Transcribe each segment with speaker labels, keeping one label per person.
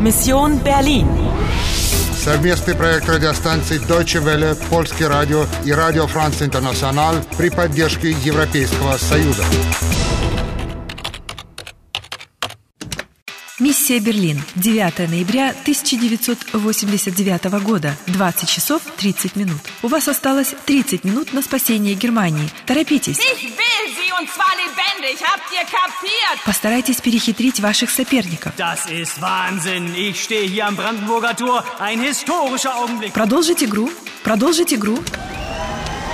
Speaker 1: Mission Berlin.
Speaker 2: Совместный проект радиостанций Deutsche Welle, Польский радио и Радио Франц Интернационал при поддержке Европейского Союза.
Speaker 3: Миссия Берлин. 9 ноября 1989 года. 20 часов 30 минут. У вас осталось 30 минут на спасение Германии. Торопитесь.
Speaker 4: Ich will sie und zwar lebendig. Habt ihr kapiert?
Speaker 3: Постарайтесь перехитрить ваших соперников.
Speaker 5: Das ist Wahnsinn. Ich stehe hier am Brandenburger Tor. Ein historischer Augenblick.
Speaker 3: Продолжить игру. Продолжить игру.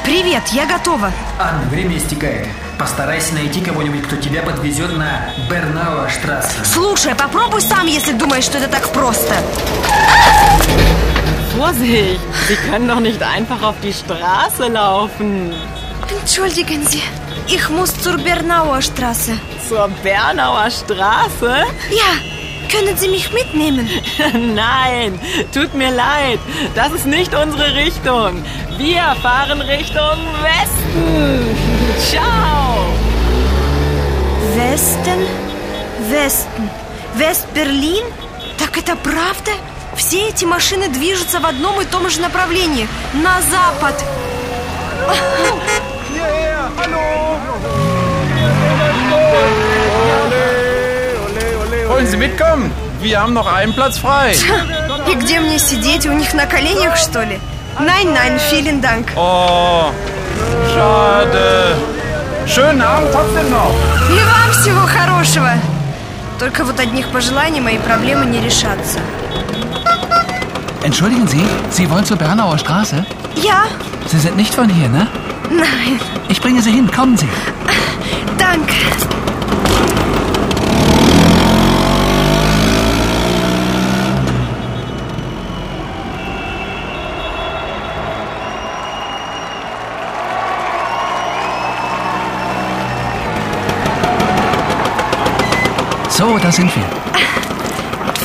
Speaker 3: Привет, я готова.
Speaker 6: Анна, время истекает. Постарайся найти кого-нибудь, кто тебя подвезет на Бернауа штрассе
Speaker 7: Слушай, попробуй сам, если думаешь, что это так просто.
Speaker 8: Vorsicht! Sie können doch nicht einfach auf die Straße laufen.
Speaker 7: Entschuldigen Sie. Ich muss zur Bernauer Straße.
Speaker 8: Zur Bernauer Straße?
Speaker 7: Ja, können Sie mich mitnehmen?
Speaker 8: Nein, tut mir leid. Das ist nicht unsere Richtung. Wir fahren Richtung Westen. Ciao!
Speaker 7: Westen? Westen. Вест-Берлин? Так это правда? Все эти машины движутся в одном и том же направлении. На запад.
Speaker 9: Wollen Sie mitkommen? Wir haben noch einen Platz frei.
Speaker 7: И где мне сидеть? У них на коленях, что ли? Найн-найн, филин данк.
Speaker 9: Oh, schade. Schönen Abend trotzdem noch.
Speaker 7: И вам всего хорошего. Только вот одних пожеланий мои проблемы не решатся.
Speaker 10: Entschuldigen Sie, Sie wollen zur Bernauer Straße?
Speaker 7: Я?
Speaker 10: Sie sind nicht von hier, ne?
Speaker 7: Nein.
Speaker 10: Ich bringe Sie hin, kommen Sie.
Speaker 7: Danke.
Speaker 10: So, da sind wir.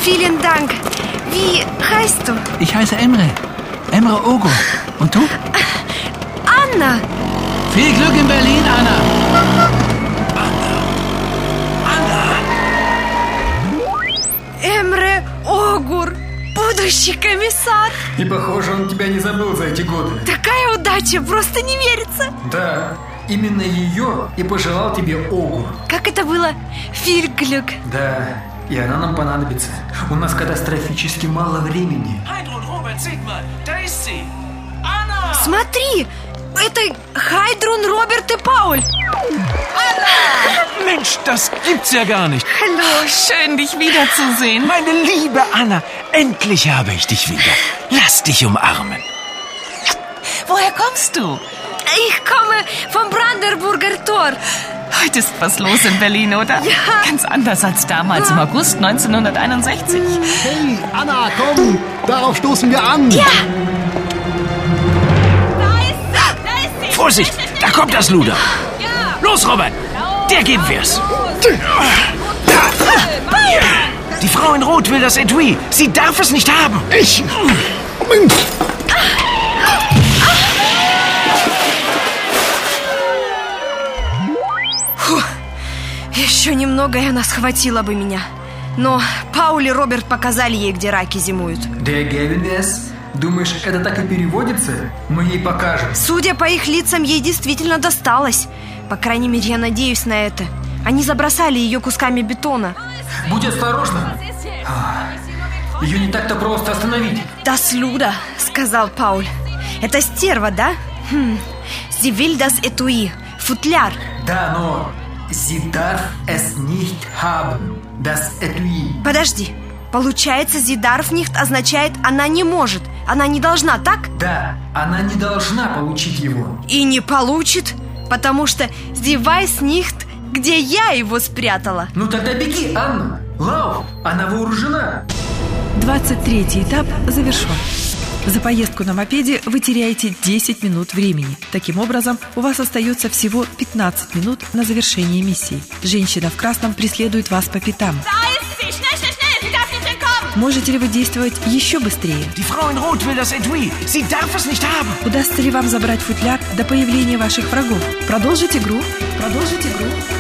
Speaker 7: Vielen Dank. Wie heißt du?
Speaker 10: Ich heiße Emre. Emre Ogo. Und du?
Speaker 7: Анна.
Speaker 10: Viel Glück in Berlin, Anna.
Speaker 7: Эмре Огур. Будущий комиссар.
Speaker 6: И похоже, он тебя не забыл за эти годы.
Speaker 7: Такая удача, просто не верится.
Speaker 6: Да, именно ее и пожелал тебе Огур.
Speaker 7: Как это было? Фильглюк.
Speaker 6: Да, и она нам понадобится. У нас катастрофически мало времени.
Speaker 5: Heidrun, Robert, seht mal. Da ist sie. Anna!
Speaker 7: Смотри, это Хайдрун, Роберт и Пауль.
Speaker 11: Mensch, das gibt's ja gar nicht.
Speaker 8: Schön, dich wiederzusehen.
Speaker 11: Meine liebe Anna, endlich habe ich dich wieder. Lass dich umarmen.
Speaker 8: Woher kommst du?
Speaker 7: Ich komme vom Brandenburger Tor.
Speaker 8: Heute ist was los in Berlin, oder?
Speaker 7: Ja.
Speaker 8: Ganz anders als damals im August 1961.
Speaker 2: Hey, Anna, komm! Darauf stoßen wir an!
Speaker 4: Da ist sie. Da ist sie.
Speaker 11: Vorsicht, da kommt das Luder. Los, Robert, der geben wir's. Die Frau in Rot will das Etui. Sie darf es nicht haben. Ich.
Speaker 7: Еще немного, и она схватила бы меня. Но Пауль и Роберт показали ей, где раки зимуют.
Speaker 6: Der Gavin S. Думаешь, это так и переводится? Мы ей покажем.
Speaker 7: Судя по их лицам, ей действительно досталось. По крайней мере, я надеюсь на это. Они забросали ее кусками бетона.
Speaker 6: Будь осторожна. Ее не так-то просто остановить.
Speaker 7: «Das Luda», — сказал Пауль. «Это стерва, да? Хм. Sie will das Etui. Футляр.
Speaker 6: Да, но... Sie darf es nicht haben. Das Etui.
Speaker 7: Подожди. Получается, Зидарф нихт означает «она не может». Она не должна, так?
Speaker 6: Да, она не должна получить его.
Speaker 7: И не получит, потому что «зевайс нихт», где я его спрятала.
Speaker 6: Ну тогда беги, Анна. Лау, она вооружена.
Speaker 3: 23 этап завершен. За поездку на мопеде вы теряете 10 минут времени. Таким образом, у вас остается всего 15 минут на завершение миссии. Женщина в красном преследует вас по пятам.
Speaker 4: Da ist sie. Schnell, schnell, schnell. Sie darf nicht entkommen.
Speaker 3: Можете ли вы действовать еще быстрее?
Speaker 11: Die Frau in Rot will das Etui. Sie darf es nicht haben.
Speaker 3: Удастся ли вам забрать футляр до появления ваших врагов? Продолжить игру. Продолжить игру.